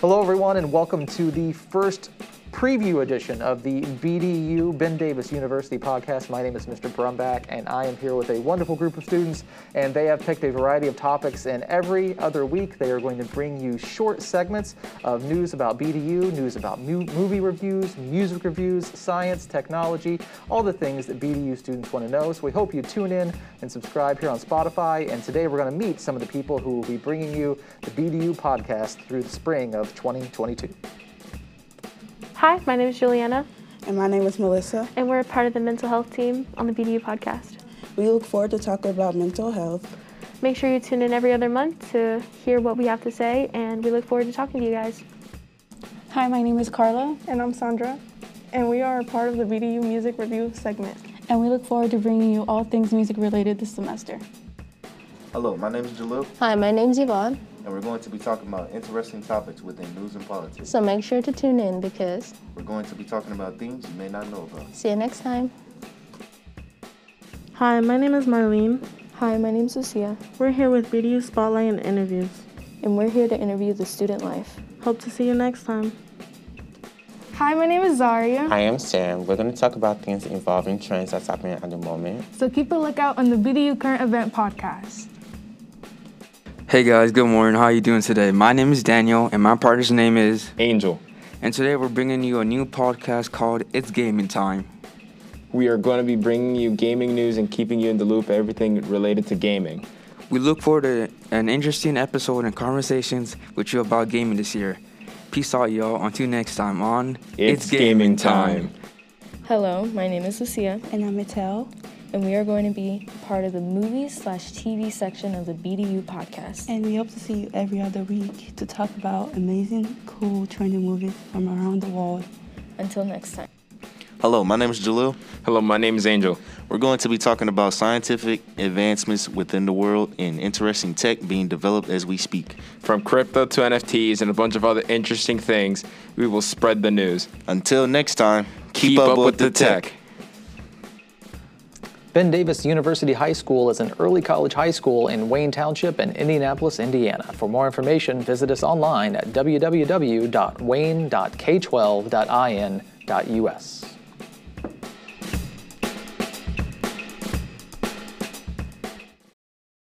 Hello, everyone, and welcome to the first preview edition of the BDU Ben Davis University podcast. My name is Mr. Brumback, and I am here with a wonderful group of students, and they have picked a variety of topics. And every other week, they are going to bring you short segments of news about BDU, news about mu- movie reviews, music reviews, science, technology, all the things that BDU students want to know. So we hope you tune in and subscribe here on Spotify. And today, we're going to meet some of the people who will be bringing you the BDU podcast through the spring of 2022. Hi, my name is Juliana, And my name is Melissa. and we're a part of the mental health team on the BDU podcast. We look forward to talking about mental health. Make sure you tune in every other month to hear what we have to say, and we look forward to talking to you guys. Hi, my name is Carla, And I'm Sandra, and we are a part of the BDU Music Review segment. and we look forward to bringing you all things music related this semester. Hello, my name is Jalil, Hi, my name's Yvonne, and we're going to be talking about interesting topics within news and politics. so make sure to tune in because We're going to be talking about things you may not know about. see you next time. Hi, my name is Marlene. Hi, my name's Lucia, We're here with BDU Spotlight and Interviews. and we're here to interview the student life. Hope to see you next time. Hi, my name is Zaria. Hi, I'm Sam. We're going to talk about things involving trends that's happening at the moment. So keep a lookout on the BDU Current Event Podcast. Hey guys, good morning. How you doing today? My name is Daniel, and my partner's name is Angel. And today we're bringing you a new podcast called "It's Gaming Time." We are going to be bringing you gaming news and keeping you in the loop everything related to gaming. We look forward to an interesting episode and conversations with you about gaming this year. Peace out, y'all. Until next time on It's Gaming Time. Hello, my name is Lucia, And I'm Mattel. and we are going to be part of the movies slash TV section of the BDU podcast. And we hope to see you every other week to talk about amazing, cool, trending movies from around the world. Until next time. Hello, my name is Jalil. Hello, my name is Angel. We're going to be talking about scientific advancements within the world and interesting tech being developed as we speak. From crypto to NFTs and a bunch of other interesting things, we will spread the news. Until next time, keep, up, with, the tech. Ben Davis University High School is an early college high school in Wayne Township in Indianapolis, Indiana. For more information, visit us online at www.wayne.k12.in.us.